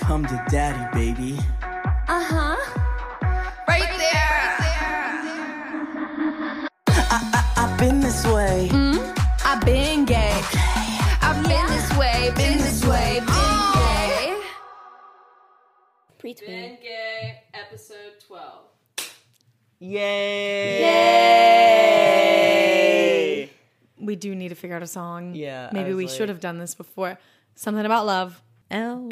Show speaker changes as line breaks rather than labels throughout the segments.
Come to daddy, baby.
Uh
Uh-huh.
huh. Right, right there. there.
I, I, I've been this way.
Mm? I've been gay. Okay. I've been yeah. this way, been this way, been oh.
gay. Pre-tweet. Been gay, episode 12.
Yay!
Yay! We do need to figure out a song.
Yeah.
Maybe we like... should have done this before. Something about love. L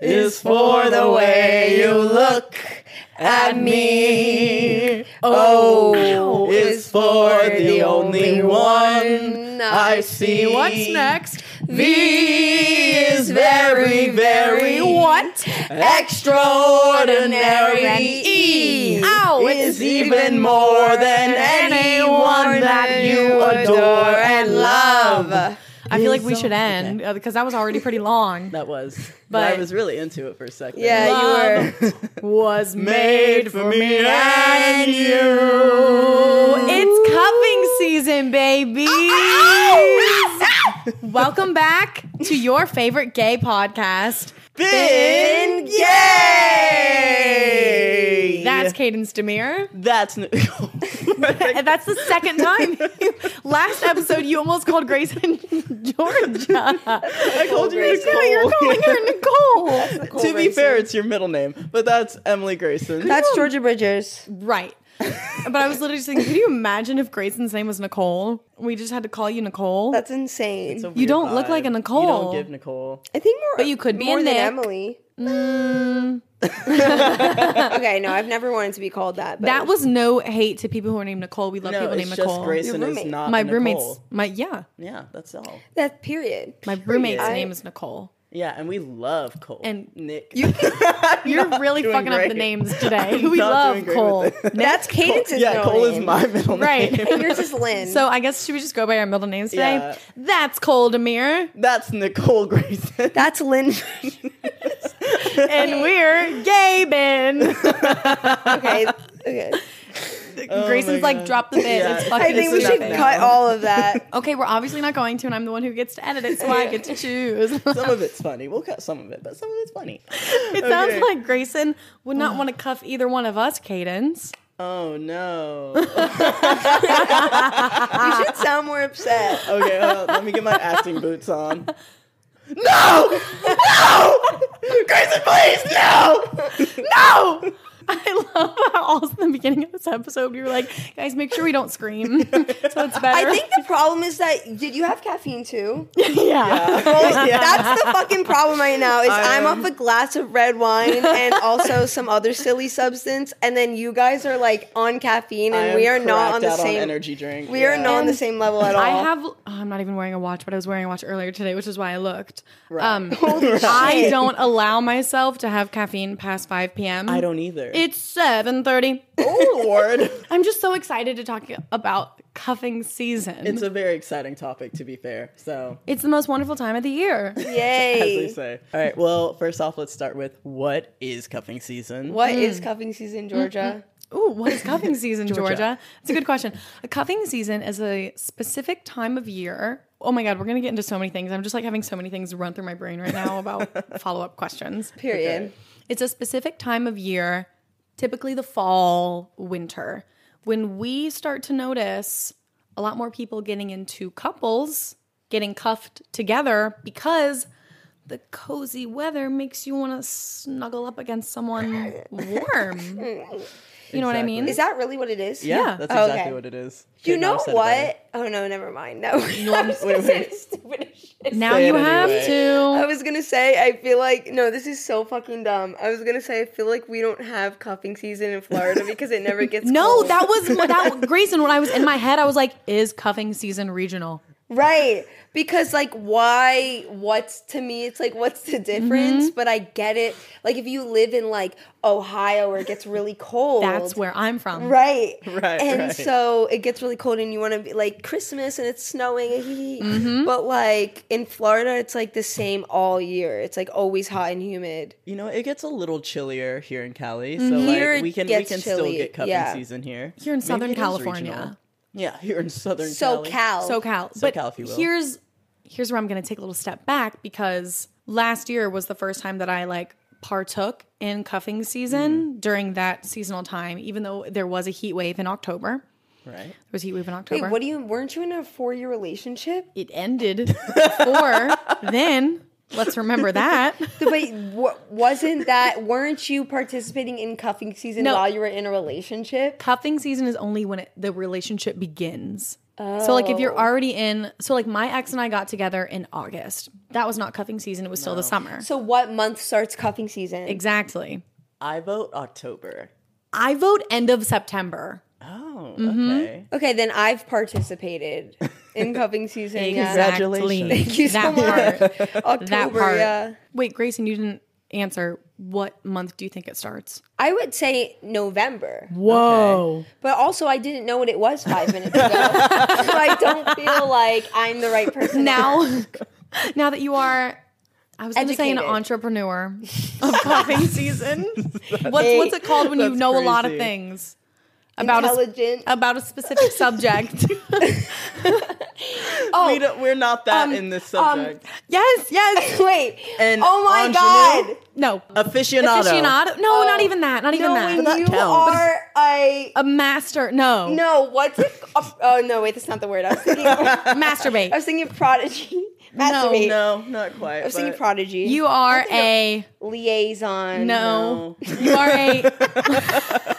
is for the way you look at me. Oh, is for the only one I see.
What's next?
V is very, very
what?
Extraordinary. E
Ow,
is even more than anyone that you adore and love.
I feel like we should end because okay. uh, that was already pretty long.
that was, but, but, I was really into it for a second.
Yeah, you were. was made for me and you. It's cuffing season, baby. Oh, Welcome back to your favorite gay podcast.
Been gay.
That's Cadence Demir.
That's n-
and that's the second time. Last episode, you almost called Grace and Georgia.
I called you Nicole.
Yeah, you're calling her Nicole.
Nicole to be Grayson. fair, it's your middle name, but that's Emily Grayson.
That's Georgia Bridges.
Right. but I was literally just thinking, could you imagine if Grayson's name was Nicole? We just had to call you Nicole.
That's insane.
You don't vibe. look like a Nicole. You
don't give Nicole.
I think more,
but you could be
more
a
than Emily.
Mm.
okay, no, I've never wanted to be called that. But.
That was no hate to people who are named Nicole. We love
no,
people
it's
named
just
Nicole.
Grayson Your roommate. is not
my
Nicole.
roommate's my yeah
yeah that's all.
That period.
My
period.
roommate's I, name is Nicole.
Yeah, and we love Cole
and
Nick.
You, are really fucking great. up the names today. we love Cole.
That's Cadence's.
Yeah, Cole name. is my middle
right.
name.
Right, yours is Lynn.
So I guess should we just go by our middle names today? Yeah. That's Cole Demir.
That's Nicole Grayson.
That's Lynn.
and we're gay Ben.
okay. Okay.
Oh Grayson's like, God. drop the bit. Yeah. It's fucking.
I think we should
nothing.
cut all of that.
okay, we're obviously not going to, and I'm the one who gets to edit it, so I get to choose.
some of it's funny. We'll cut some of it, but some of it's funny.
It okay. sounds like Grayson would not want to cuff either one of us, Cadence.
Oh no!
you should sound more upset.
Okay, well, let me get my acting boots on. No! No! Grayson, please, no! No!
I love how all in the beginning of this episode we were like, guys, make sure we don't scream. so it's
I
better.
think the problem is that did you have caffeine too?
yeah. yeah.
Well, yeah. That's the fucking problem right now is I'm, I'm off a glass of red wine and also some other silly substance, and then you guys are like on caffeine and we are not on the same
on energy drink.
We yeah. are not and on the same level at all.
I have oh, I'm not even wearing a watch, but I was wearing a watch earlier today, which is why I looked.
Right. Um,
right. I don't allow myself to have caffeine past 5 p.m.
I don't either.
It's seven thirty.
Oh Lord!
I'm just so excited to talk about cuffing season.
It's a very exciting topic, to be fair. So
it's the most wonderful time of the year.
Yay!
As we say. All right. Well, first off, let's start with what is cuffing season.
What mm. is cuffing season, Georgia?
Mm-hmm. Ooh, what is cuffing season, Georgia? Georgia? It's a good question. A cuffing season is a specific time of year. Oh my God, we're gonna get into so many things. I'm just like having so many things run through my brain right now about follow up questions.
Period. Okay.
It's a specific time of year typically the fall, winter, when we start to notice a lot more people getting into couples, getting cuffed together because the cozy weather makes you want to snuggle up against someone warm. You know exactly. what I mean?
Is that really what it is?
Yeah, yeah. that's exactly oh, okay. what it is.
You know what? Oh no, never mind. No, no I'm just gonna say stupid shit.
Now you have anyway. to.
I was gonna say I feel like no, this is so fucking dumb. I was gonna say I feel like we don't have cuffing season in Florida because it never gets.
no,
cold.
that was that Grayson. When I was in my head, I was like, "Is cuffing season regional?"
Right. Because like why what's to me it's like what's the difference? Mm-hmm. But I get it. Like if you live in like Ohio where it gets really cold.
That's where I'm from.
Right.
Right.
And
right.
so it gets really cold and you want to be like Christmas and it's snowing. Mm-hmm. But like in Florida it's like the same all year. It's like always hot and humid.
You know, it gets a little chillier here in Cali. So here like we can we can chilly. still get cupping yeah. season here.
Here in Southern Maybe California.
Yeah, here in Southern
SoCal.
Cali. SoCal.
But
SoCal,
if you will.
here's here's where I'm going to take a little step back because last year was the first time that I like partook in cuffing season during that seasonal time, even though there was a heat wave in October. There
Right.
was a heat wave in October.
Wait, what do you? Weren't you in a four-year relationship?
it ended before then. Let's remember that.
But w- wasn't that? Weren't you participating in cuffing season
No.
while you were in a relationship?
Cuffing season is only when it, the relationship begins. So like if you're already in, so like my ex and I got together in August. That was not cuffing season. It was still the summer.
So what month starts cuffing season?
exactly.
I vote October.
I vote end of September.
Oh,
Mm-hmm.
okay.
Okay, then I've participated in cuffing season. Yeah.
Congratulations. Thank
you
that
so much.
part.
October.
that part.
Yeah.
Wait, Grayson, you didn't answer. What month do you think it starts?
I would say November,
Whoa.
but also I didn't know what it was five minutes ago, so I don't feel like I'm the right person.
Now, now that you are, I was going to say an
Educated.
entrepreneur of cuffing season. what's, what's it called when you
That's
know a lot of
crazy.
things about a, s-
intelligent.
about a specific subject?
We don't, we're not that in this subject.
yes, yes.
Wait.
And
oh my
ingenue?
god.
No.
Aficionado.
Aficionado? No, not even that. Not even
Oh. No,
that.
when
that
you
counts.
are a
a master. No.
no, what's it? Oh, oh, no, wait, that's not the word. I was thinking. I
Masturbate.
was thinking prodigy. Masturbate.
No, not quite.
I was thinking
but-
prodigy.
You are
think
a
liaison.
no. You are a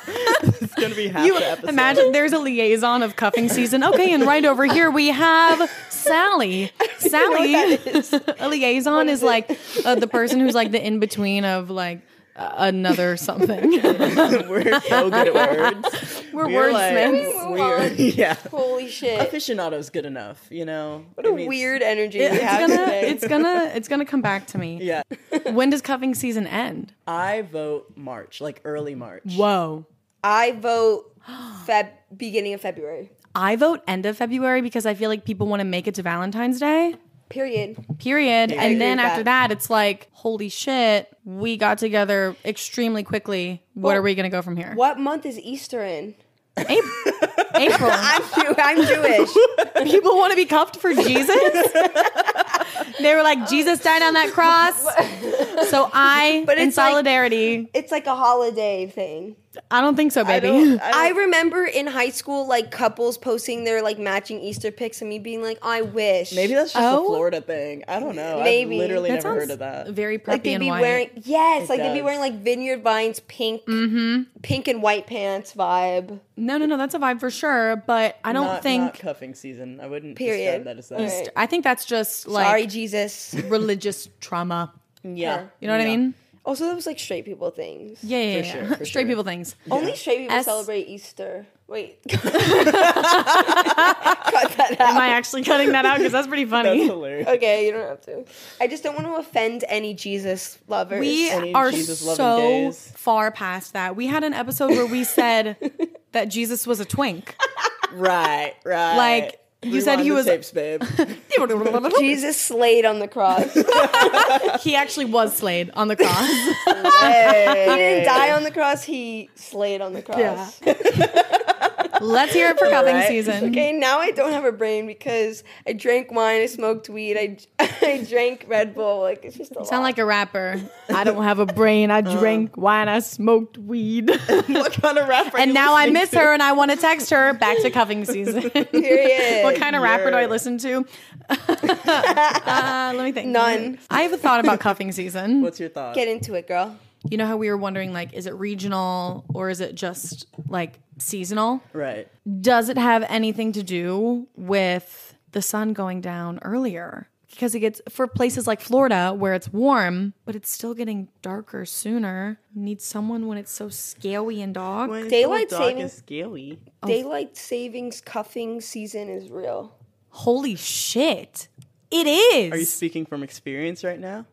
It's gonna be half
You
the episode.
imagine there's a liaison of cuffing season. Okay, and right over here we have Sally. Sally, a liaison is, like uh, the person who's like the in between of like uh, another something.
we're so good at words.
We're
We're like,
wordsmiths.
we're- yeah.
Holy shit.
Aficionado's good enough, you know.
what a weird energy we
it's
have
gonna,
today.
it's gonna, it's gonna come back to me.
Yeah.
When does cuffing season end?
I vote March, like early March.
Whoa.
I vote Feb beginning of February.
I vote end of February because I feel like people want to make it to Valentine's Day.
Period.
period. And then
with
after that. it's like, holy shit, we got together extremely quickly. What
Well,
are we gonna go from here?
What month is Easter in?
Ap- April.
I'm, Jew- I'm Jewish.
People want to be cuffed for Jesus. they were like, Jesus died on that cross. so I,
But
in
it's like-
solidarity,
It's like a holiday thing.
I don't think so,
I
baby.
don't- I
I
don't-
remember in high school, like couples posting their like matching Easter pics, and me being like, "I wish."
maybe that's just
Oh?
a Florida thing. I don't know.
Maybe.
I've literally
That
never
sounds
heard of that.
Very preppy
like they'd
and
be
white.
wearing yes, like they'd be
does.
wearing like Vineyard Vines pink,
Mm-hmm.
pink and white pants vibe.
no, no, no, that's a vibe for sure. But I don't
not, not
think.
cuffing season. I wouldn't describe
Period.
that as that.
Easter.
I think that's just like
Sorry, Jesus.
religious trauma.
Yeah.
You know what I
Yeah.
mean?
also, that was like straight people things.
Yeah, yeah,
For
yeah.
sure, for
Straight
sure.
people things.
Only straight people
S-
celebrate Easter. Wait, cut that out.
Am I actually cutting that out? Because that's pretty
That's
funny.
hilarious.
Okay, you don't have to. I just don't want to offend any Jesus lovers.
We
Any
are
Jesus-loving
so
gays?
far past that. We had an episode where we said that Jesus was a twink.
Right, right.
Like, you said
Rewind
he
the
was-
tapes, babe.
Jesus slayed on the cross. he
he actually was slayed on the cross.
didn't die on the cross. He slayed on the cross.
Let's hear it for cuffing
Right.
season.
Okay, now I don't have a brain because I drank wine, I smoked weed, I, I drank Red Bull. Like it's just a
Sound like a rapper. I don't have a brain. I drank wine. I smoked weed.
what kind of rapper?
and now I miss her and I want to text her back to cuffing season.
period.
what kind of rapper do I
You're-
listen to? uh, let me think.
None.
I have a thought about cuffing season.
What's your thought?
Get into it, girl.
you know how we were wondering like is it regional or is it just like seasonal
right.
does it have anything to do with the sun going down earlier because it gets for places like Florida where it's warm but it's still getting darker sooner need someone when it's so scaly and dog
Daylight saving-
scary.
Oh. Daylight savings cuffing season is real.
holy shit it is
Are you speaking from experience right now?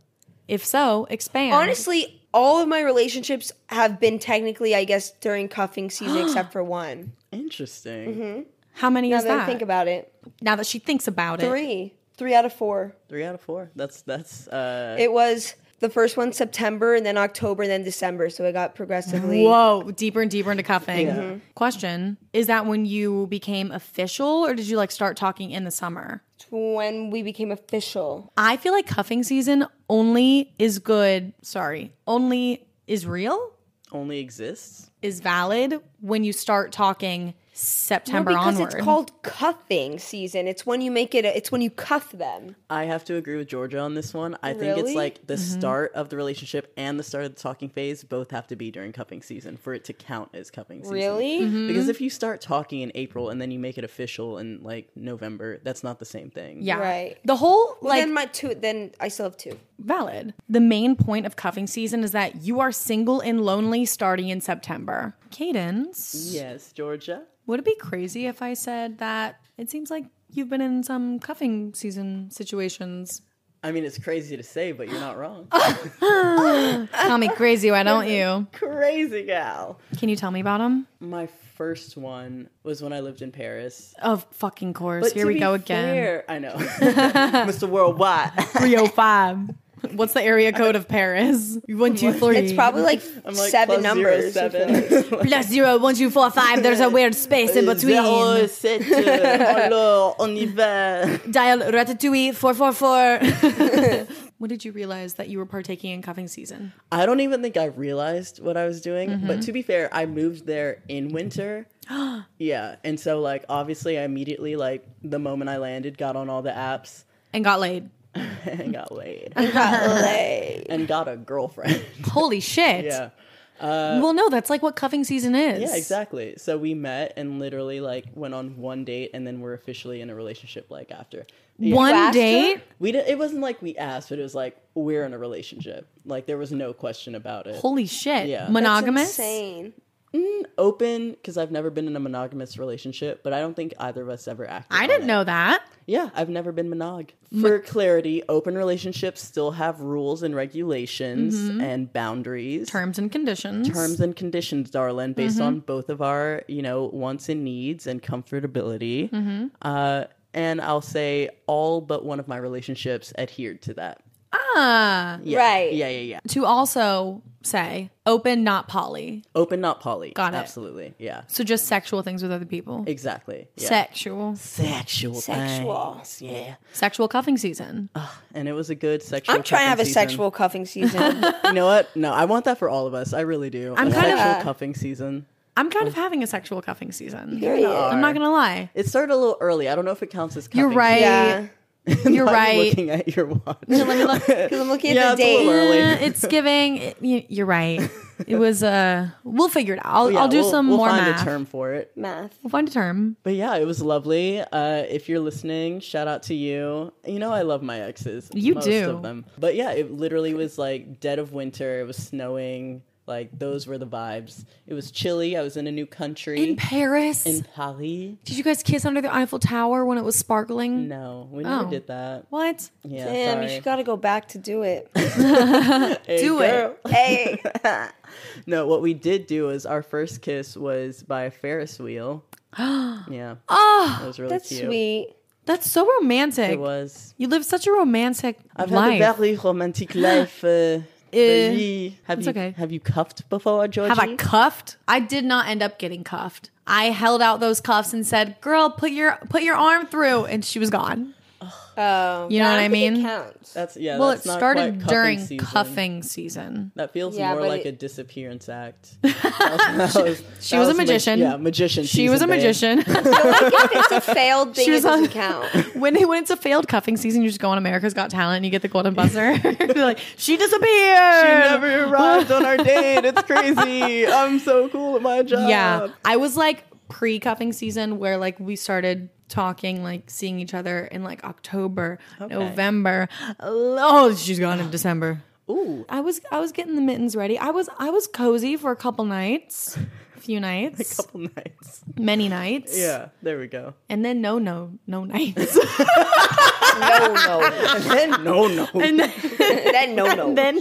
if so expand
Honestly, all of my relationships have been technically, I guess, during cuffing season except for one.
Interesting.
how many
Now
is
that
that
I think about it,
now that she thinks about it
three, three out of four.
Three out of four. That's that's uh
It was the first one September and then October and then December. So it got progressively.
Whoa, deeper and deeper into cuffing. Question Is that when you became official or did you like start talking in the summer?
when we became official.
I feel like cuffing season only is good, sorry, only is real,
Only exists.
is valid when you start talking September
because
onward.
it's called cuffing season. It's when you make it. A, it's when you cuff them.
I have to agree with Georgia on this one. I think it's
Really?
like the
Mm-hmm.
start of the relationship and the start of the talking phase both have to be during cupping season for it to count as cupping season.
Really?
Mm-hmm.
Because if you start talking in April and then you make it official in like November, that's not the same thing.
yeah.
Right.
The whole like
then my two. Then I still have two.
valid. The main point of cuffing season is that you are single and lonely starting in September. Cadence.
Yes, Georgia.
Would it be crazy if I said that it seems like you've been in some cuffing season situations?
I mean, it's crazy to say, but you're not wrong.
Call me crazy, why don't you?
crazy gal.
Can you tell me about them?
My first one was when I lived in Paris.
Of fucking course.
But
Here
to
we
be
go again.
fair- I know. Mr. Worldwide.
305. What's the area code of Paris? One, two, three.
It's probably like,
I'm like
seven
plus zero,
numbers.
seven.
plus zero, one, two, four, five. There's a weird space in
Zero,
between.
sept, uh, alors, on y va.
Dial ratatouille, four, four, four. What did you realize that you were partaking in cuffing season?
I don't even think I realized what I was doing.
Mm-hmm.
But to be fair, I moved there in winter. yeah. And so like obviously I immediately like the moment I landed got on all the apps
And got laid.
and got laid
Like,
and got a girlfriend.
Holy shit.
yeah.
Well, no, that's like what cuffing season is.
Yeah, exactly. So we met and literally like went on one date and then we're officially in a relationship like after. Yeah.
One
asked her?
date?
We did, it wasn't like we asked, but it was like we're in a relationship. Like there was no question about it.
Holy shit.
Yeah. That's
Monogamous?
insane.
Open because I've never been in a monogamous relationship, but I don't think either of us ever acted.
I
on
didn't
it.
know that.
Yeah, I've never been monog. For clarity, open relationships still have rules and regulations and boundaries.
Mm-hmm. Terms Mm-hmm. and conditions.
terms and conditions, darling, based on both of our, you know, wants and needs and comfortability.
Mm-hmm.
Uh, and I'll say all but one of my relationships adhered to that.
Ah.
Yeah.
Right.
Yeah, yeah, yeah.
To also say open, not poly.
Open, not poly.
Got it.
Absolutely. Yeah.
So just sexual things with other people.
Exactly. Yeah.
Sexual.
Sexual.
Sexual.
things, Yeah.
Sexual cuffing season.
And it was a good sexual.
I'm trying to have a
cuffing season.
sexual cuffing season.
You know what? No, I want that for all of us. I really do.
I'm
A
kind of-
sexual cuffing season.
I'm kind of
Oh.
having a sexual cuffing season.
Period.
I'm not going to lie.
It started a little early. I don't know if it counts as cuffing.
You're right.
Yeah,
You're
Why are you
right.
Looking at your watch.
Let me look. Eh,
because I'm looking at
Yeah,
the
it's a little
date.
early.
it's giving. eh, you- You're right. It was, uh, we'll figure it out. I'll,
Yeah,
I'll do
we'll-
some
we'll
more
find
math.
a term for it.
Math.
We'll find a term.
But yeah, it was lovely. Uh, if you're listening, shout out to you. You know I love my exes.
You
most
do.
of them. But yeah, it literally was like dead of winter. It was snowing. Like those were the vibes. It was chilly. I was in a new country
In Paris.
in Paris.
Did you guys kiss under the Eiffel Tower when it was sparkling?
No, we never
Oh.
did that.
What?
Yeah,
Damn,
sorry.
you should gotta go back to do it.
Do
it.
hey,
No, what we did do is our first kiss was by a Ferris wheel. yeah. Oh, that was really
that's
cute.
sweet.
That's so romantic.
It was.
You live such a romantic
I've
life.
had a very romantic life. Uh, baby. Have
it's
you
okay.
have you cuffed before, Georgie?
Have I cuffed? I did not end up getting cuffed. I held out those cuffs and said, "Girl, put your put your arm through," and she was gone.
Oh,
You know
yeah,
what I
don't think
mean?
It counts.
That's yeah.
well, it
that's not quite
started
cuffing
during
season.
cuffing season.
That feels
Yeah,
more
but
like
it-
a disappearance act. That was-
She
that
was, a
ma-
magician.
yeah, magician.
She was a
season, babe.
magician.
if it's a failed thing,
She was
it doesn't
on-
count.
when it, when it's a failed cuffing season, you just go on America's Got Talent and you get the golden buzzer. You're like she disappeared.
She never arrived on our date. It's crazy. I'm so cool at my job.
Yeah. I was like pre cuffing season where like we started talking, like seeing each other in like October, November. Oh, she's gone in December.
Ooh.
I was I was getting the mittens ready. I was I was cozy for a couple nights. a Few nights,
Couple nights.
many nights,
Yeah. There we go.
and then no, no, no nights,
No, no,
And then no, no.
and then,
then no, no,
and then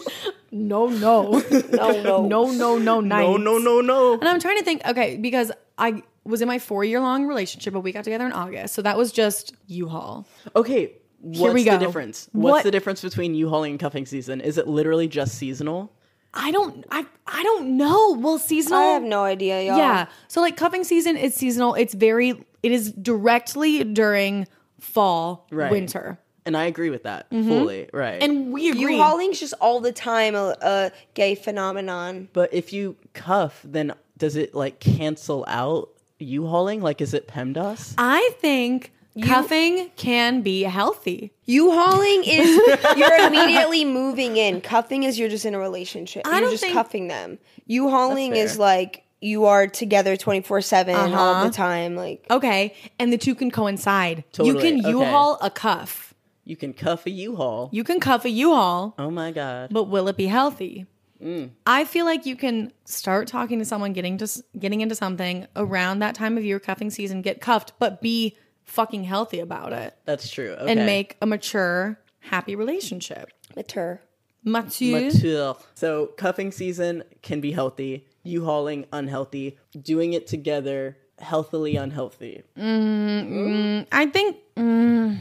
no, no,
no, no,
no, no, no nights,
no, no, no, no.
And I'm trying to think, okay, because I was in my four year long relationship, but we got together in August. So that was just U Haul.
Okay. what's
we
the
go.
difference?
What-
What's the difference between you hauling and cuffing season? Is it literally just seasonal?
I don't I I don't know. Well, seasonal
I have no idea, y'all.
Yeah. So like cuffing season, it's seasonal. It's very it is directly during fall,
Right.
winter.
And I agree with that fully. Right.
Mm-hmm. And we agree.
You hauling's just all the time a, a gay phenomenon.
But if you cuff, then does it like cancel out you hauling? Like, is it PEMDAS?
I think cuffing can be healthy.
You hauling is you're immediately moving in. Cuffing is you're just in a relationship.
I
you're
don't
just
think-
cuffing them. You hauling
fair.
is like you are together 24/7 all
Uh-huh.
the time like
Okay. And the two can coincide. You
Totally.
can
Okay.
U haul a cuff.
You can cuff a U haul.
You can cuff a U haul,
Oh my God.
but will it be healthy?
Mm.
I feel like you can start talking to someone, getting to s- getting into something around that time of year, cuffing season, get cuffed, but be fucking healthy about it
That's true. Okay.
and make a mature, happy relationship.
mature.
Mature.
Mature. So, cuffing season can be healthy, you hauling unhealthy, doing it together healthily unhealthy.
Mm-hmm. I think. mm,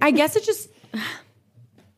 I guess it just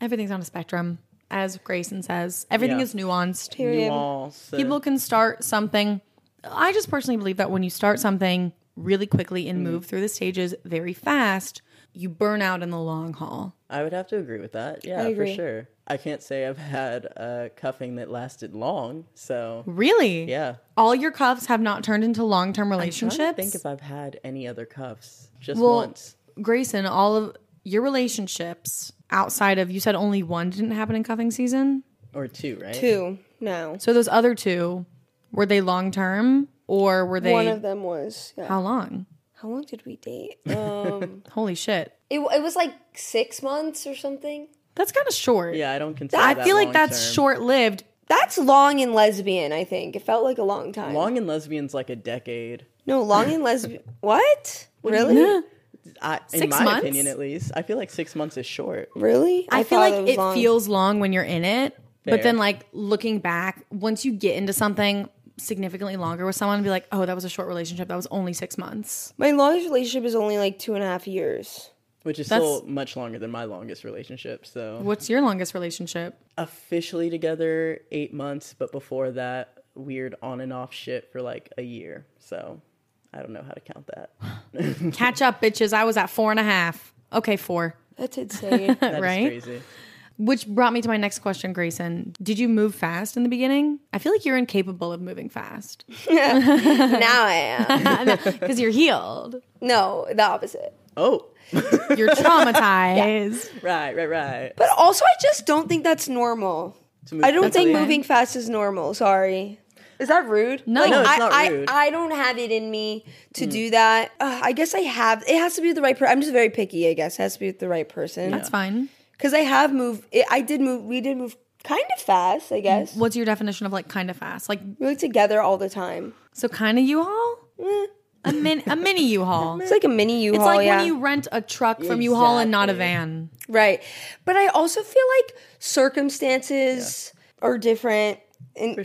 everything's on a spectrum, as Grayson says. Everything
Yeah.
is nuanced.
Nuance.
People can start something. I just personally believe that when you start something really quickly and
Mm.
move through the stages very fast, you burn out in the long haul.
I would have to agree with that. Yeah,
agree.
for sure. I can't say I've had uh, cuffing that lasted long. So,
Really?
yeah.
All your cuffs have not turned into long term
I'm
relationships.
trying to think if I've had any other cuffs just
Well,
once.
Grayson, all of your relationships outside of you said only one didn't happen in cuffing season.
Or two, right?
Two. No.
So those other two, were they long term or were they
One of them was yeah.
how long?
How long did we date? Um,
Holy shit.
it, it was like six months or something.
That's kind of short.
Yeah, I don't consider
I
that
feel like
long
that's
term.
short lived.
That's long and lesbian. I think it felt like a long time.
Long and lesbians like a decade.
no, long and lesbian. what? Really?
I, in
Six
my
months?
opinion, at least, I feel like six months is short.
Really?
I, feel
thought
like
was
it
long.
feels long when you're in it. But
Fair.
then like looking back, once you get into something significantly longer with someone, be like, oh, that was a short relationship. That was only six months.
My longest relationship is only like two and a half years.
which is
That's-
still much longer than my longest relationship. So
What's your longest relationship?
officially together eight months, but before that, weird on and off shit for like a year. So I don't know how to count that.
Catch up, bitches. I was at four and a half. Okay, four.
That's insane.
That's
Right?
crazy.
Which brought me to my next question, Grayson. Did you move fast in the beginning? I feel like you're incapable of moving fast
now I am.
because you're healed,
No, the opposite.
Oh,
you're traumatized.
right, right, right.
But also, I just don't think that's normal.
To move
I don't think
quickly.
moving fast is normal. Sorry. Is that rude?
No.
Like,
No, it's
I,
not
I,
rude.
I don't have it in me to do that. Uh, I guess I have. It has to be with the right person. I'm just very picky. I guess it has to be with the right person.
That's fine.
Because I have moved. It, I did move. We did move kind of fast. I guess
What's your definition of like kind of fast? Like
we were together all the time.
so kind of U-Haul?
Eh.
A min a mini U-Haul.
It's like a mini U-Haul.
It's like
yeah.
when you rent a truck from U-Haul and not a
Exactly.
van.
Right. But I also feel like circumstances are different. And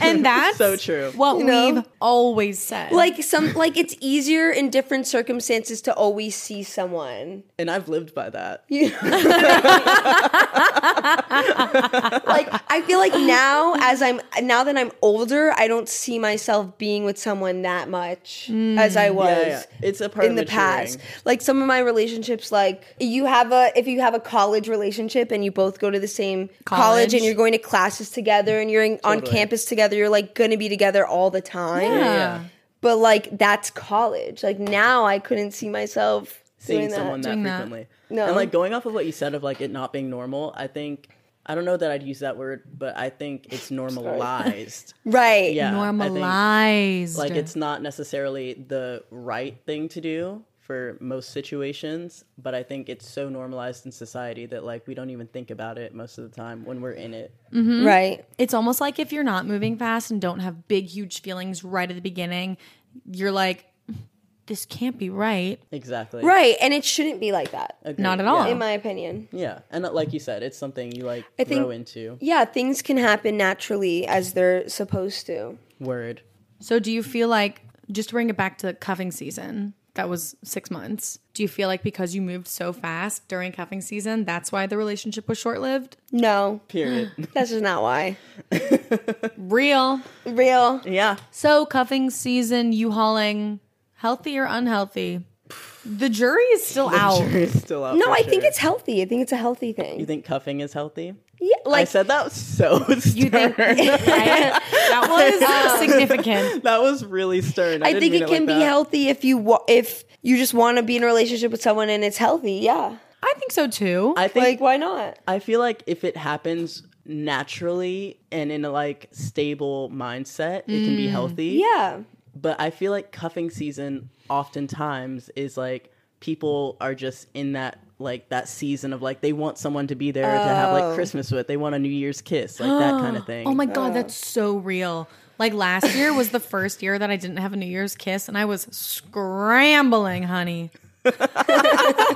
And that's
So true.
What
know?
we've always said.
like some like it's easier in different circumstances to always see someone.
And I've lived by that.
Like I feel like now as I'm now that I'm older, I don't see myself being with someone that much as I was.
Mm. Yeah, yeah. It's a part
in the
of
past.
maturing.
Like some of my relationships, like you have a if you have a college relationship and you both go to the same college,
College.
and you're going to classes together and you're in, on
Totally.
campus together, you're like going to be together all the time.
Yeah.
But like that's college. Like now I couldn't see myself
Seeing
doing that.
someone that
Doing that.
frequently.
No.
And like going off of what you said of like it not being normal, I think I don't know that I'd use that word, but I think it's normalized.
right.
Yeah. I think-
normalized.
like it's not necessarily the right thing to do for most situations but i think it's so normalized in society that like we don't even think about it most of the time when we're in it
Right.
it's almost like if you're not moving fast and don't have big huge feelings right at the beginning you're like this can't be right
exactly
Right. And it shouldn't be like that.
Agreed.
Not at all.
In my opinion.
yeah, yeah. and uh, like you said it's something you like
I think-
grow into
Yeah, things can happen naturally as they're supposed to.
word
so do you feel like just to bring it back to cuffing season that was six months. Do you feel like because you moved so fast during cuffing season, that's why the relationship was short lived?
No,
Period.
that's just not why.
Real.
Real.
yeah.
So, cuffing season, you hauling, healthy or unhealthy? The jury is still out.
It's still out.
No,
for
I think
sure.
it's healthy. I think it's a healthy thing.
You think cuffing is healthy?
yeah,
I
like
said that so stern.
You think that was significant?
that was really stern. I,
I
didn't
think
mean
it can
like
be
that.
healthy if you wa- if you just want to be in a relationship with someone and it's healthy. Yeah,
I think so too.
I think
like why not?
I feel like if it happens naturally and in a like stable mindset, it
Mm,
can be healthy.
Yeah,
But I feel like cuffing season oftentimes is like people are just in that like that season of like they want someone to be there to have
Oh.
like Christmas with. They want a New Year's kiss, like that kind of thing.
Oh my god, that's so real. Like last year was the first year that I didn't have a New Year's kiss, and I was scrambling, honey.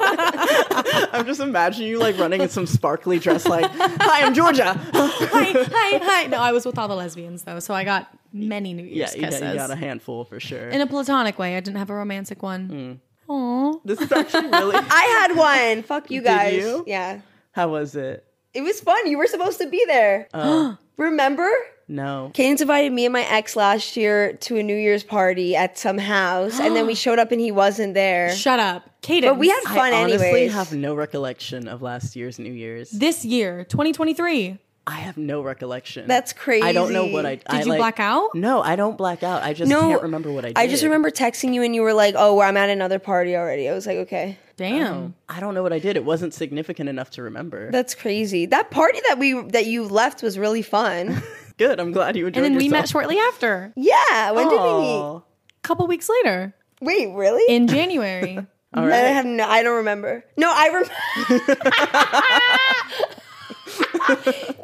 I'm just imagining you like running in some sparkly dress like, "Hi, I'm Georgia."
Hi, hi, hi. No, I was with all the lesbians though, so I got many New
yeah,
Year's
you got,
kisses
you got a handful for sure.
in a platonic way. I didn't have a romantic one. Aw.
this is actually really
I had one. Fuck you guys.
you?
Yeah,
How was it?
it was fun. You were supposed to be there.
Oh.
Remember?
No.
Kaden's invited me and my ex last year to a New Year's party at some house, and then we showed up and he wasn't there.
Shut up, Kaden.
But we had fun
I honestly
anyways.
have no recollection of last year's New Year's.
this year, 2023.
I have no recollection.
That's
I don't know
crazy.
what I
Did
I,
you
like-
black out?
No, I don't black out. I just
No,
can't remember what I did.
I just remember texting you and you were like, "Oh, well, I'm at another party already." I was like, "Okay." Oh.
Damn.
I don't know what I did. It wasn't significant enough to remember.
That's crazy. That party that we that you left was really fun.
Good. I'm glad you enjoyed
and then we met
yourself.
shortly after, a
Yeah. When did we
Aw.
couple weeks later
meet? Wait, really?
in January.
All
I
right.
have no. I don't remember. No, I remember.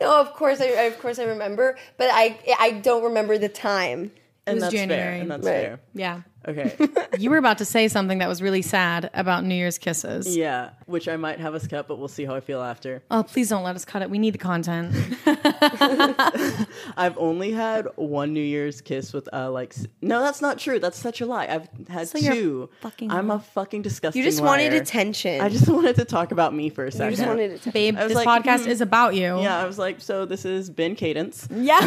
no, of course, I, I- of course I remember, but I I don't remember the time.
And
was
that's fair.
January.
And that's
Right.
yeah.
fair. Okay.
You were about to say something that was really sad about New Year's kisses.
yeah. Which I might have us cut, but we'll see how I feel after.
Oh, please don't let us cut it. We need the content.
I've only had one New Year's kiss with uh like s- no, that's not true. That's such a lie. I've had
you're a
two.
fucking
I'm a fucking disgusting.
You just wanted
liar.
attention.
I just wanted to talk about me for a second.
you just wanted attention.
Babe,
was
this
like,
podcast
hmm.
is about you.
Yeah, I was like, so this is Ben Cadence.
Yeah.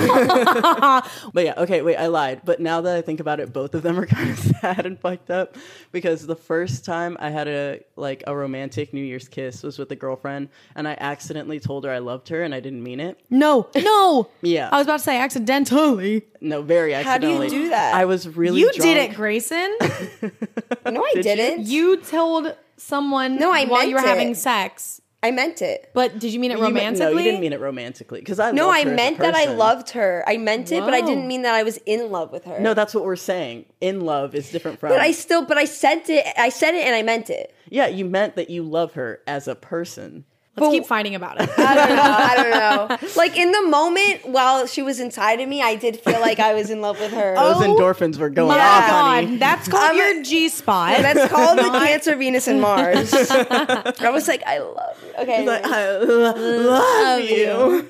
But yeah, okay, wait, I lied. But now that I think about it, both of them are kind of sad and fucked up because the first time I had a like a romantic New Year's kiss was with a girlfriend and I accidentally told her I loved her and I didn't mean it.
no, no.
Yeah.
I was about to say accidentally.
No, very
How do you
accidentally.
do that?
I was really
you
drunk.
did it, Grayson.
No, I
you?
didn't.
you told someone
No, I
while you were
meant
having
it.
sex,
I meant it.
but did you mean it
You meant-
romantically?
no, you didn't mean it romantically because I
No,
loved
I
her as a
meant that I
person.
loved her. I meant it, but I
Whoa.
didn't mean that I was in love with her.
No, that's what we're saying. In love is different from.
but I still, but I sent it. I said it, and I meant it.
yeah, you meant that you love her as a person.
Let's keep fighting about it.
Oh,
I don't know. I don't know. Like in the moment, while she was inside of me, I did feel like I was in love with her.
Those endorphins were going
My
off,
God,
honey.
that's called
I'm
your
a-
G spot.
That's called the Cancer, Venus, and Mars. I was like, I love you. Okay,
Like,
anyways.
I lo- love you.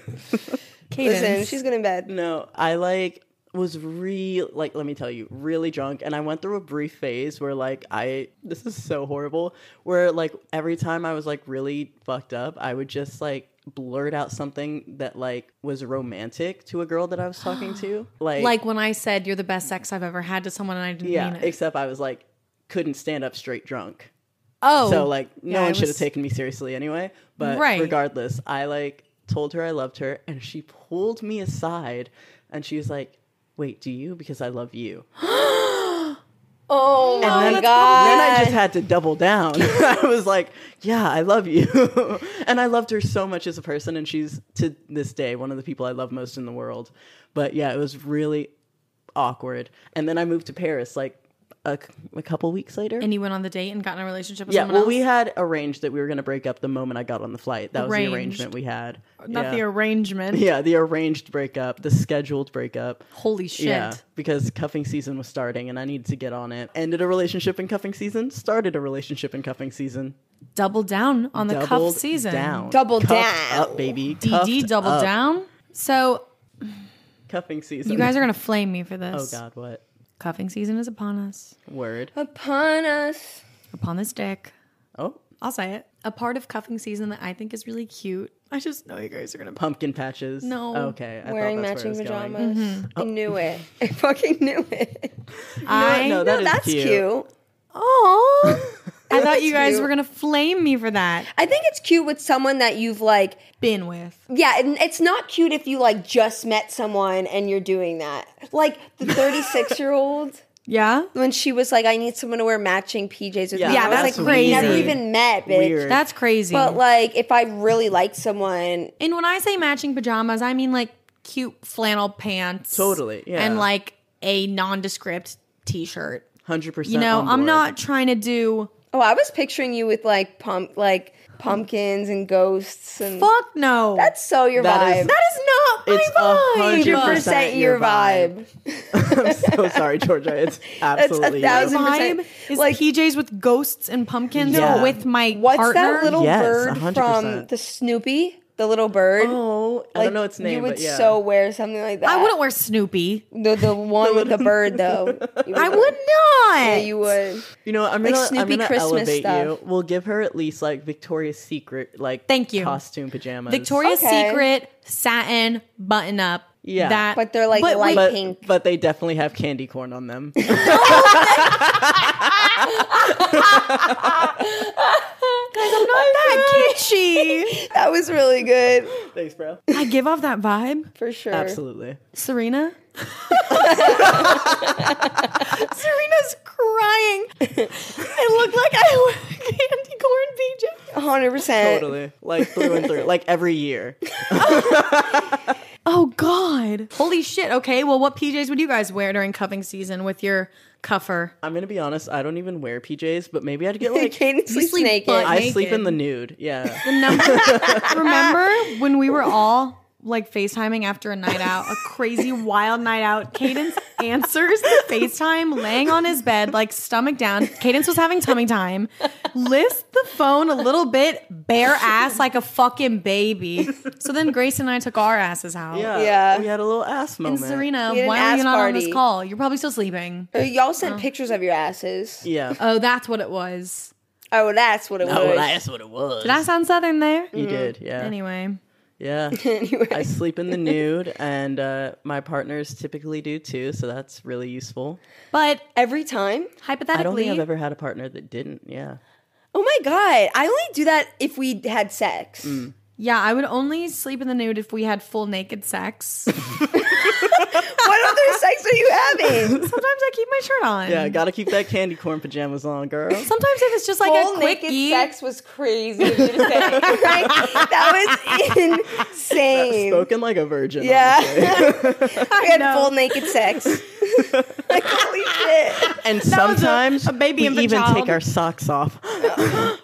listen, she's good in bed.
No, I like was real like let me tell you really drunk and i went through a brief phase where like i this is so horrible where like every time i was like really fucked up i would just like blurt out something that like was romantic to a girl that i was talking to like
like when I said you're the best sex I've ever had to someone and I didn't
yeah
mean it.
except i was like couldn't stand up straight drunk
Oh,
so like no
Yeah, I
one should have
was-
taken me seriously anyway. But
Right.
regardless, I like told her I loved her and she pulled me aside and she was like, Wait, do you? Because I love you.
Oh my
then,
god!
then I just had to double down. I was like, Yeah, I love you. and I loved her so much as a person and she's to this day one of the people I love most in the world. But yeah, it was really awkward. And then I moved to Paris like a, c- a couple weeks later.
and you went on the date and got in a relationship with
Yeah,
someone
well,
else.
we had arranged that we were going to break up the moment I got on the flight. That was
Arranged. Uh,
the arrangement we had.
Not
yeah.
the arrangement.
yeah, the arranged breakup, the scheduled breakup.
Holy shit.
Yeah, because cuffing season was starting and I needed to get on it. Ended a relationship in cuffing season, started a relationship in cuffing season.
Double down on the cuff
Doubled
season.
Down.
Double
Cuffed
down.
Up, baby.
DD
Cuffed
double
up.
down. So
Cuffing season.
you guys are gonna flame me for this.
Oh, God, what?
Cuffing season is upon us.
Word.
Uh,
Upon us.
Upon this dick.
Oh,
I'll say it. A part of cuffing season that I think is really cute. I just know you guys are gonna pump.
pumpkin patches.
No.
okay. I
Wearing
thought that's
matching
where it was going.
pajamas. I knew it. I fucking knew it.
I
no, that is
That's
cute.
cute.
Oh, I thought you
That's
guys
cute.
were gonna flame me for that.
I think it's cute with someone that you've like
Been with.
Yeah, and it's not cute if you like just met someone and you're doing that. Like the 36 year old
Yeah.
when she was like, "I need someone to wear matching PJs with
Yeah,
me."
Yeah,
I was
that's
like, We never
crazy.
even met, bitch.
Weird.
That's crazy.
But like, if I really like someone,
and when I say matching pajamas, I mean like cute flannel pants.
Totally, yeah.
And like a nondescript t shirt.
Hundred percent.
You know,
on
I'm
board.
not trying to do
oh, I was picturing you with like pump, like pumpkins and ghosts and.
fuck no.
That's so your
That
vibe.
is-
that is not my
It's
vibe.
100% your
100% your vibe.
I'm so sorry, Georgia. It's
That's a
absolutely you.
thousand
vibe
percent.
is
Like-
PJs with ghosts and pumpkins
No.
with my
What's
partner.
that little
Yes,
bird
100%.
from the Snoopy? The little bird.
Oh, I
Like,
don't know its name,
You would
but yeah.
so wear something like that.
I wouldn't wear Snoopy.
The, the one with the bird though. You
I would not.
Yeah, you would.
you know, I'm
like
gonna, I'm
Snoopy
gonna
Christmas
elevate
stuff.
you. We'll give her at least like Victoria's Secret, like
Thank you.
costume pajamas.
Victoria's
Okay.
Secret satin button up.
Yeah.
that.
But they're like
But
light
but,
pink.
but they definitely have candy corn on them.
I'm not that kitschy.
That was really good
Thanks, bro.
I give off that vibe,
for sure.
Absolutely.
Serena. Serena's crying. It looked like I wore a candy corn PJ.
100%.
Totally. Like through and through. Like every year.
Oh God! Holy shit! Okay, well, what PJs would you guys wear during cuffing season with your cuffer?
I'm gonna be honest, I don't even wear PJs, but maybe I'd get like
Caden sleeps
sleep
naked.
butt
I sleep
naked.
in the nude. Yeah.
Number, remember when we were all like FaceTiming after a night out, a crazy wild night out? Cadence answers the FaceTime laying on his bed, like stomach down. Cadence was having tummy time. Lifts the phone a little bit, bare ass like a fucking baby. So then Grace and I took our asses out.
Yeah.
Yeah.
We had a little ass
And
moment.
Serena,
We had an
why are you
ass
not on
party.
this call? You're probably still sleeping.
Uh, Y'all sent pictures of your asses.
Yeah.
Oh, that's what it was.
Oh, that's what it was. Mm-hmm.
what it was.
Did I sound southern there?
you did, yeah.
Anyway,
Yeah.
Anyway.
I sleep in the nude, and uh, my partners typically do too, so that's really useful.
but
Every time.
hypothetically,
I don't think I've ever had a partner that didn't. Yeah.
Oh my god. I only do that if we had sex.
Mm.
Yeah, I would only sleep in the nude if we had full naked sex. Sometimes
What other sex are you having?
I keep my shirt on.
Yeah, gotta keep that candy corn pajamas on, girl.
Sometimes if it's just like
Full
a
naked
quickie,
sex was crazy. what you're saying. Like, that was insane.
Spoken like a virgin.
Yeah.
honestly.
we had
know.
full naked sex. like, holy shit.
And
was a-
sometimes
a baby
we
infant
even
child.
take our socks off.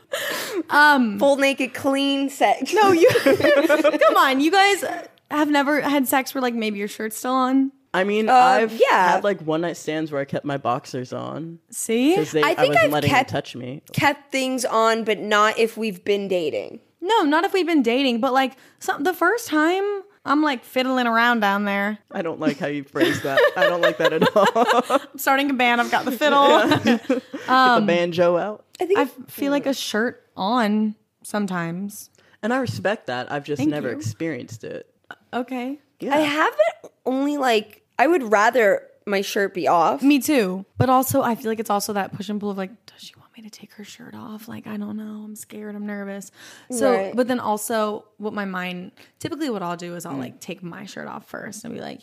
Full naked clean sex. No, you
come on, you guys have never had sex where like maybe your shirt's still on.
I mean, I've
yeah.
had like one night stands where I kept my boxers on
See?
because they
I
I,
think
wasn't
I've
letting
kept-
them touch me.
kept things on, but not if we've been dating.
No, not if we've been dating, but like some, the first time I'm like fiddling around down there.
I don't like how you phrase that. I don't like that at all.
I'm starting a band, I've got the fiddle.
the banjo out.
I think
I feel like a shirt on sometimes.
And I respect that. I've just
Thank
never
you.
experienced it.
Okay.
Yeah.
I have it only like I would rather my shirt be off.
Me too. But also, I feel like it's also that push and pull of like, does she want me to take her shirt off? Like, I don't know. I'm scared. I'm nervous. So,
Right.
but then also, what my mind typically what I'll do is I'll like take my shirt off first and be like,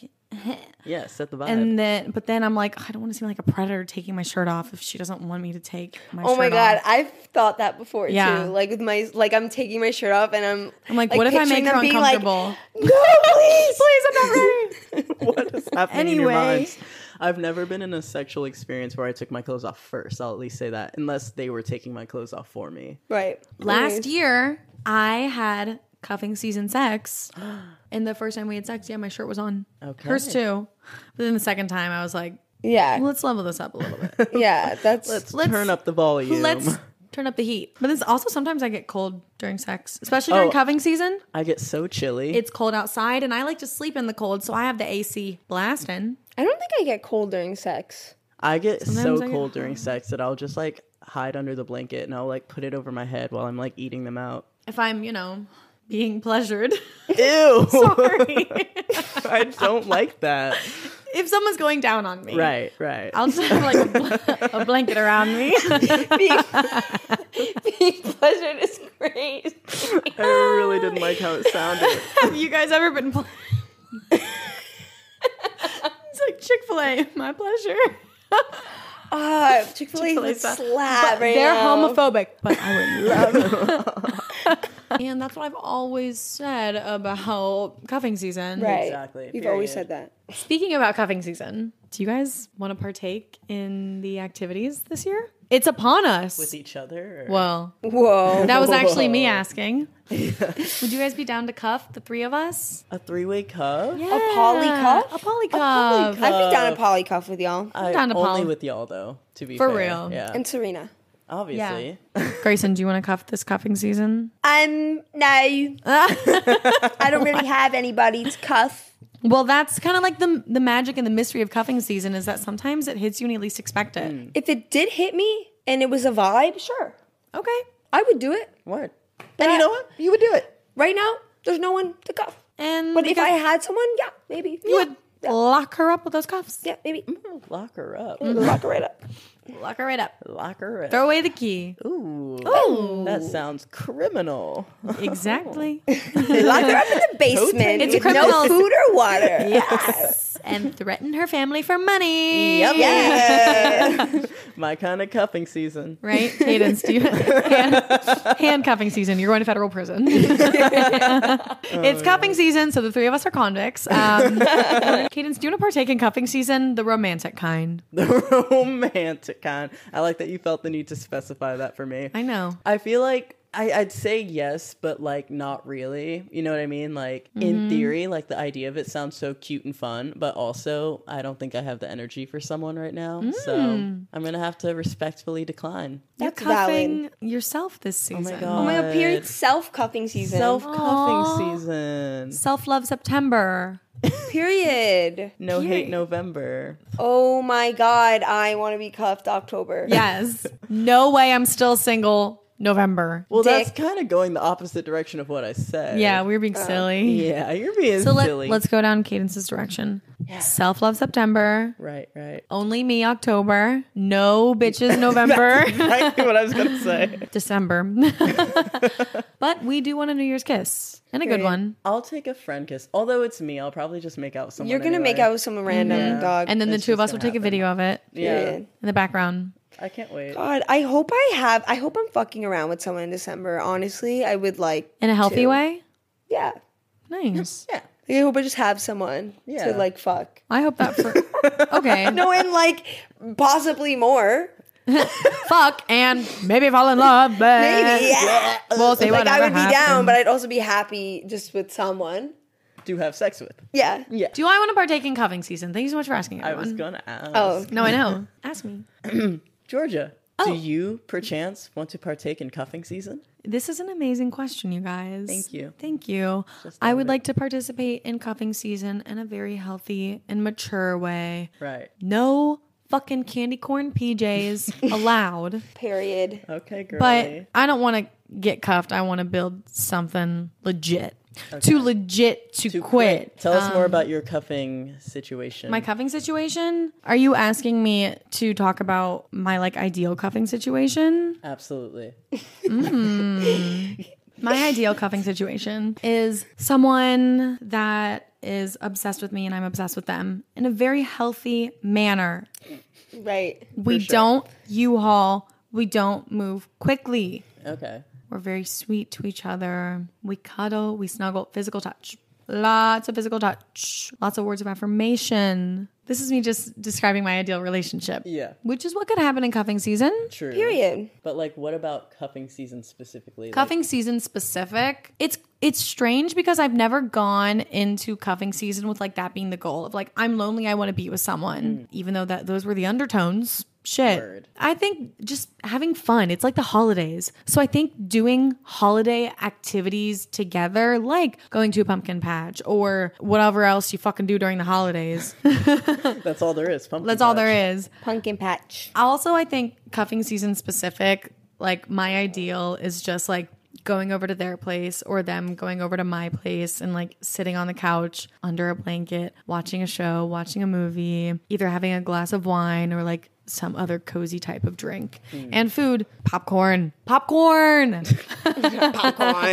yeah, set the vibe.
and then, but then I'm like, I don't want to seem like a predator taking my shirt off if she doesn't want me to take my
Oh
shirt
my god,
off.
I've thought that before
Yeah.
too. Like with my like I'm taking my shirt off and I'm
I'm like, what if I
picturing
make
them
her
being
uncomfortable?
Like, no, please, please,
I'm not ready.
what is happening in your
Anyway.
minds? I've never been in a sexual experience where I took my clothes off first. I'll at least say that, unless they were taking my clothes off for me.
Right.
Last year, I had cuffing season sex. And the first time we had sex, yeah, my shirt was on.
Okay.
Hers too. But then the second time, I was like,
Yeah.
let's level this up a little bit.
Yeah. That's
Let's
Turn up the volume.
Let's turn up the heat. But this also sometimes I get cold during sex, especially during
Oh.
cuffing season.
I get so chilly.
It's cold outside, and I like to sleep in the cold, so I have the AC blasting.
I don't think I get cold during sex.
I get
Sometimes I
so
get
cold during sex that I'll just like hide under the blanket and I'll like put it over my head while I'm like eating them out.
If I'm, you know, being pleasured.
Ew.
Sorry.
I don't like that.
if someone's going down on me.
Right, right.
I'll just have like a, bl- a blanket around me.
being, being pleasured is great.
I really didn't like how it sounded.
have you guys ever been ple- It's like Chick-fil-A, my pleasure.
Uh, Chick Fil A
Chick-fil-A's
slap
bad.
right
They're
now.
homophobic, but I would love. and that's what I've always said about cuffing season.
Right.
Exactly,
You've always said
period.
that.
Speaking about cuffing season, do you guys want to partake in the activities this year? It's upon us.
With each other? or-
well,
Whoa.
that was actually me asking. Would you guys be down to cuff the three of us?
A three way cuff?
Yeah.
poly cuff?
A poly cuff.
I'd be down a polycuff with y'all.
I,
down to
only
Paul.
with y'all though, to be
For
fair.
real.
Yeah.
and Serena.
obviously.
Grayson, do you want to cuff this cuffing season?
Um, no. I don't really have anybody to cuff.
Well, that's kind of like the the magic and the mystery of cuffing season is that sometimes it hits you when you least expect it.
If it did hit me and it was a vibe, sure.
Okay.
I would do it.
Word.
But
And you know what? You would do it.
Right now, there's no one to cuff.
And
But if
because
I had someone, yeah, maybe.
you
yeah,
would lock her up with those cuffs.
yeah, maybe.
Lock her up.
Lock her right up.
Lock her right up.
Lock her up.
Throw away the key.
Ooh.
Oh.
That sounds criminal.
Exactly.
Lock her up in the basement
It's
with no
criminals.
food or water.
yes. And threaten her family for money.
Yummy.
Yeah.
My kind of cuffing season.
Right? Cadence, do you hand, hand cuffing season. You're going to federal prison. it's cuffing season, so the three of us are convicts. Um, Cadence, do you want to partake in cuffing season? The romantic kind.
The romantic kind. I like that you felt the need to specify that for me.
I know.
I feel like I, I'd say yes, but like not really. You know what I mean? Like in theory, like the idea of it sounds so cute and fun, but also I don't think I have the energy for someone right now. So I'm gonna have to respectfully decline.
That's
You're cuffing yourself this season.
God.
Oh my god, period self cuffing season.
Self cuffing season.
Self love September.
period.
No hate
Period.
November.
Oh my god, I want to be cuffed October.
Yes. no way I'm still single November.
Well, that's
Dick.
kind of going the opposite direction of what I said.
yeah, we were being silly.
Yeah, you're being
So let,
silly.
let's go down Cadence's direction. Self love September.
Right, right.
Only me October. No bitches November.
I knew what I was gonna say.
December. but we do want a New Year's kiss and a good
Period.
one.
I'll take a friend kiss. Although it's me, I'll probably just make out with someone.
You're gonna
anyway.
make out with someone random, dog.
And then the
That's
two of
just
us will
gonna
take a video of it
Yeah,
Period.
in the background.
I can't wait.
God, I hope I have. I hope I'm fucking around with someone in December. Honestly, I would like
In a healthy
to.
way?
Yeah,
Nice.
Yeah,
Like, I hope I just have someone
Yeah.
to like fuck.
I hope that for Okay.
No, and like possibly more.
Fuck and maybe fall in love. But
Maybe. Yeah.
We'll see
Like I
whatever
would be
happens.
down, but I'd also be happy just with someone.
do have sex with.
Yeah.
Yeah,
Do I want to partake in cuffing season? Thank you so much for asking.
I was
everyone.
gonna ask.
Oh,
No, I know. Ask me.
Georgia,
Oh.
do you perchance want to partake in cuffing season?
This is an amazing question, you guys.
Thank you.
Thank you. I would like to participate in cuffing season in a very healthy and mature way.
Right.
No fucking candy corn PJs allowed.
period.
Okay, girl.
But I don't want to get cuffed. I want to build something legit. Too legit to, quit. Um,
Tell us more about your cuffing situation.
My cuffing situation? Are you asking me to talk about my like ideal cuffing situation?
Absolutely.
My ideal cuffing situation is someone that is obsessed with me and I'm obsessed with them in a very healthy manner.
Right.
We
sure.
don't U haul, we don't move quickly.
Okay.
We're very sweet to each other. We cuddle, we snuggle, physical touch. Lots of physical touch, lots of words of affirmation. This is me just describing my ideal relationship.
Yeah.
Which is what could happen in cuffing season.
True.
Period.
But like, what about cuffing season specifically? Like,
cuffing season specific it's it's strange because i've never gone into cuffing season with like that being the goal of like i'm lonely i want to be with someone even though that those were the undertones Shit.
Word.
I think just having fun. It's like the holidays. So I think doing holiday activities together, like going to a pumpkin patch or whatever else you fucking do during the holidays.
That's all there is. Pumpkin
That's all
patch.
there is.
Pumpkin patch.
Also, I think cuffing season specific, like my ideal is just like going over to their place or them going over to my place and like sitting on the couch under a blanket, watching a show, watching a movie, either having a glass of wine or like some other cozy type of drink
Mm.
and food, popcorn, popcorn,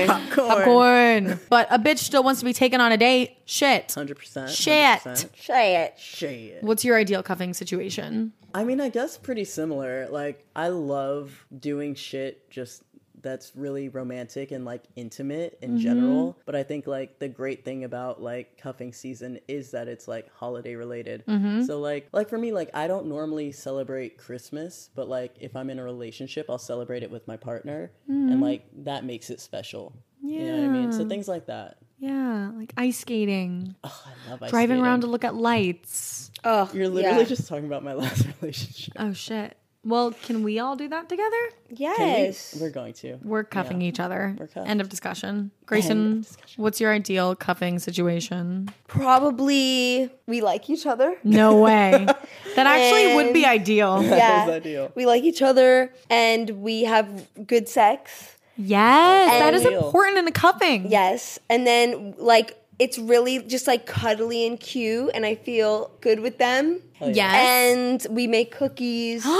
popcorn. But a bitch still wants to be taken on a date. Shit.
100%.
Shit.
100%.
Say it.
Shit.
What's your ideal cuffing situation?
I mean, I guess pretty similar. Like, I love doing shit just that's really romantic and like intimate
Mm-hmm.
in general. But I think like the great thing about like cuffing season is that it's like holiday related.
Mm-hmm.
So like like for me like I don't normally celebrate Christmas, but like if I'm in a relationship, I'll celebrate it with my partner
Mm.
and like that makes it special. You know what I mean? So things like that. Oh,
Yeah, like ice skating.
I love ice
driving around to
skating.
look at lights.
Oh,
You're literally
yeah.
just talking about my last relationship.
Oh shit. Well, can we all do that together?
Can we-
yes.
We're going to.
We're cuffing each other.
cuffed.
End of discussion. Grayson, what's your ideal cuffing situation?
Probably we like each other.
No way. that actually would be
And-
ideal.
Yeah.
is ideal.
We like each other and we have good sex.
Yes, that is
Ideal.
important in a cuffing.
Yes. And then like it's really just like cuddly and cute and I feel good with them.
Yes.
And we make cookies.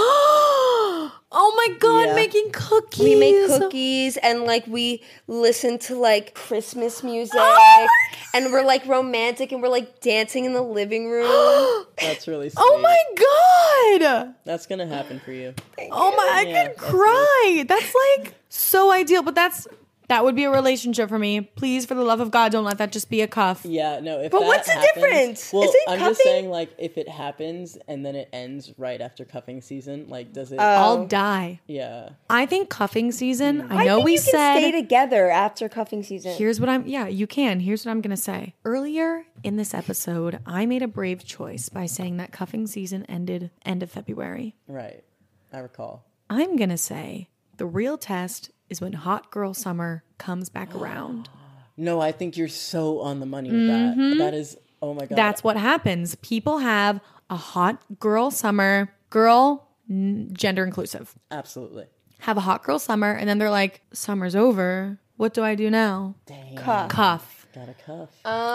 oh my god,
Yeah.
making cookies.
we make cookies and like we listen to like Christmas music
Oh my
and we're like romantic and we're like dancing in the living room.
That's really sweet.
Oh my god.
That's gonna happen for you.
Oh my,
Yeah,
I could
that's
cry. That's like so ideal, but that's that would be a relationship for me. Please, for the love of God, don't let that just be a cuff.
Yeah, no. If
But
that
what's the
happens-
difference?
Well,
Isn't
I'm just
cuffing-
saying, like, if it happens and then it ends right after cuffing season, like, does it?
I'll die.
yeah,
I think cuffing season, I
I
know
think
we
you can stay
said
together after cuffing season.
Here's what I'm, yeah, you can. Here's what I'm going to say. Earlier in this episode, I made a brave choice by saying that cuffing season ended end of February.
right. I recall.
I'm going to say the real test is when hot girl summer comes back around.
No, I think you're so on the money with that. That is, oh my god.
That's what happens. People have a hot girl summer, girl, n- gender inclusive,
absolutely.
have a hot girl summer, and then they're like, summer's over. What do I do now?
Cuff.
Cuff.
Got a cuff.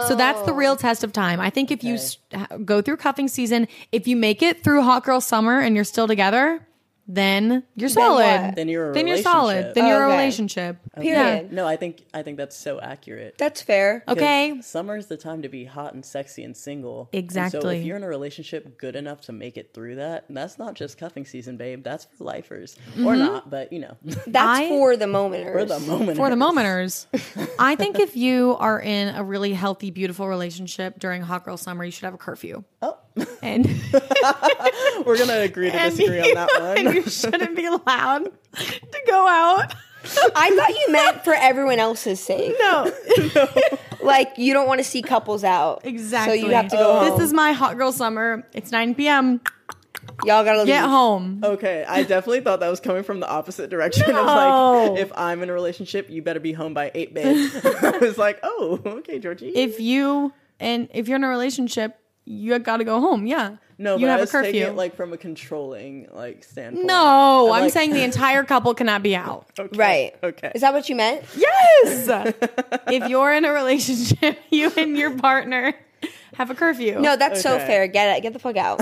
So that's the real test of time. I think if you s- ha- go through cuffing season, if you make it through hot girl summer and you're still together, then you're solid.
what?
then you're a
Then you're
relationship. Oh,
solid. Then you're a
Okay.
relationship.
Period.
No, I think I think that's so accurate.
That's fair.
Okay.
Summer's the time to be hot and sexy and single. And so
Exactly.
if you're in a relationship good enough to make it through that, that's not just cuffing season, babe. That's for lifers.
Mm-hmm.
Or not, but you know,
That's
I-
for the momenters.
for the moment.
For the momenters, I think if you are in a really healthy, beautiful relationship during hot girl summer, you should have a curfew.
Oh,
And
we're going to agree to
And
disagree on
you-
that
and
one.
you shouldn't be allowed to go out.
I thought you meant for everyone else's sake.
No,
Like you don't want to see couples out.
exactly.
So you have to go home.
This is my hot girl summer. It's 9 p.m.
Y'all gotta leave.
Get home.
Okay, I definitely thought that was coming from the opposite direction. It was
No.
like, if I'm in a relationship, you better be home by 8 babe. I was like, oh, okay, Georgie.
If you and if you're in a relationship, you got to go home. Yeah.
no,
you
but
have
I was
a curfew.
taking it like from a controlling like standpoint.
no, I'm
like-
saying the entire couple cannot be out.
Okay,
Right.
Okay.
Is that what you meant?
Yes. if you're in a relationship, you and your partner have a curfew.
No, that's so
Okay.
fair. Get it. Get the fuck out.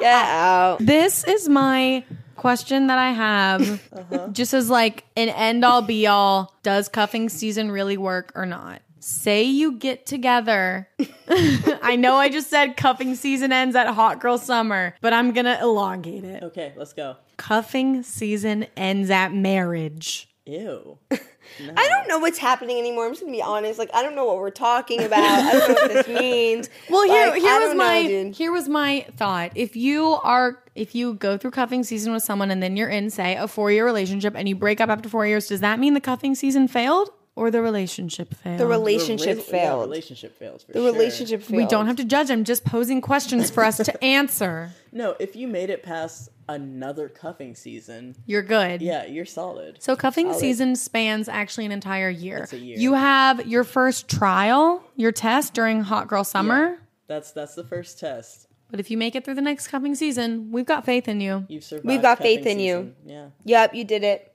Get out.
This is my question that I have,
Uh-huh.
just as like an end all be all. Does cuffing season really work or not? Say you get together. I know I just said cuffing season ends at hot girl summer, but I'm gonna elongate it.
okay, let's go.
Cuffing season ends at marriage.
Ew.
I don't know what's happening anymore. I'm just gonna be honest. Like I don't know what we're talking about. I don't know what this means.
Well, here
Like, I
here was
don't know,
my
dude.
here was my thought. If you are if you go through cuffing season with someone and then you're in say a four year relationship and you break up after four years, does that mean the cuffing season failed? or the relationship failed.
The relationship
Rela- Oh, yeah,
failed.
relationship fails. For
the relationship failed.
we don't have to judge. I'm just posing questions for us to answer.
No, if you made it past another cuffing season,
You're good.
yeah, you're solid.
So cuffing season spans actually an entire year.
a year.
You have your first trial, your test during hot girl summer.
That's that's the first test.
But if you make it through the next cuffing season, we've got faith in you.
You've survived.
We've got
cuffing
faith in you.
season. Yeah.
Yep, you did it.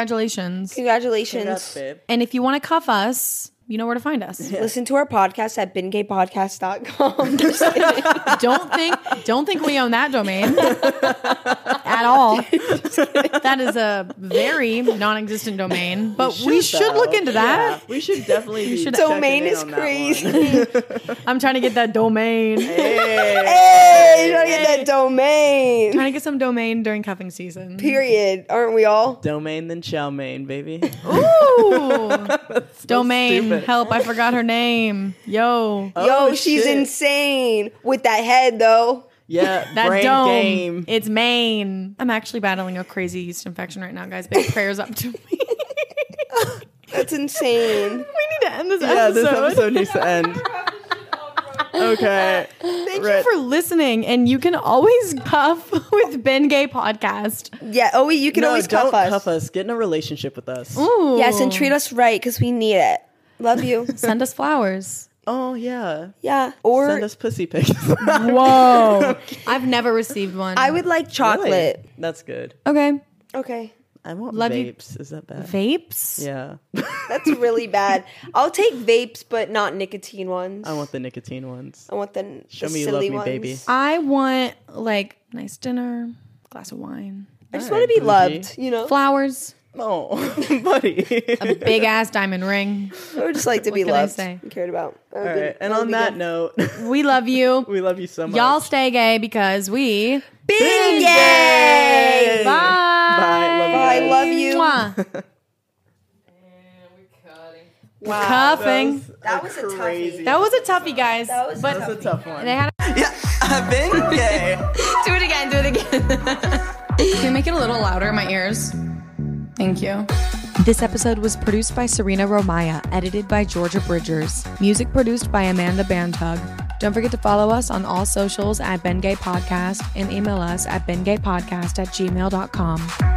Congratulations.
Congratulations.
Congrats, babe.
And if you want to cuff us, you know where to find us.
Listen to our podcast at bingaypodcast.com. Just kidding.
don't think don't think we own that domain at all. That is a very non-existent domain, but we should, look
though.
into that.
Yeah, we should definitely. be
should-
checking
Domain
in
is
on that one.
crazy.
I'm trying to get that domain.
Hey.
hey, you don't get that domain.
Trying to get some domain during cuffing season.
Period. Aren't we all?
Domain than chow mein, baby.
Ooh. domain
stupid.
help. I forgot her name. Yo,
Oh,
Yo, she's
shit.
insane with that head though.
Yeah,
that
brain
dome.
game.
It's Maine. I'm actually battling a crazy yeast infection right now, guys. Big prayers up to me. we
That's insane.
need to end this
yeah,
episode.
this episode needs to end. okay.
Thank
Right.
you for listening, and you can always cuff with Ben Gay Podcast.
Yeah. Oh, wait, you can
No,
always
don't
cuff us.
cuff us. Get in a relationship with us.
Ooh.
Yes, and treat us right because we need it. Love you.
Send us flowers.
Oh yeah.
Yeah.
Send
Or
us pussy pics.
Whoa, I've never received one.
I would like chocolate.
Really? That's good.
okay
Okay.
I want
Love you.
vapes. Is that bad?
vapes.
Yeah.
That's really bad. I'll take vapes, but not nicotine ones.
I want the nicotine ones.
I want the,
Show
the
me you love me,
silly ones.
baby.
I want like nice dinner, glass of wine,
I just
All
want to
right,
be
bougie.
loved, you know.
flowers,
Oh, buddy.
a big ass diamond ring.
I would just like to be
can I
loved,
say?
and cared about. All
All right. And on that note,
We love you.
we love you so much.
Y'all stay gay because we.
Bing Yay!
Bye.
Bye. Love you
Bye.
guys.
Love you.
Mwah.
And we're cutting.
Cuffing.
That was a toughie.
crazy.
That was a toughie, guys.
That was a
but
That's a tough one.
they had.
Yeah, I've been gay.
Do it again, do it again. Can you make it a little louder in my ears? Thank you.
This episode was produced by Serena Romaya, edited by Georgia Bridgers, music produced by Amanda Bantug. Don't forget to follow us on all socials at Ben Gay Podcast and email us at bengaypodcast at gmail.com.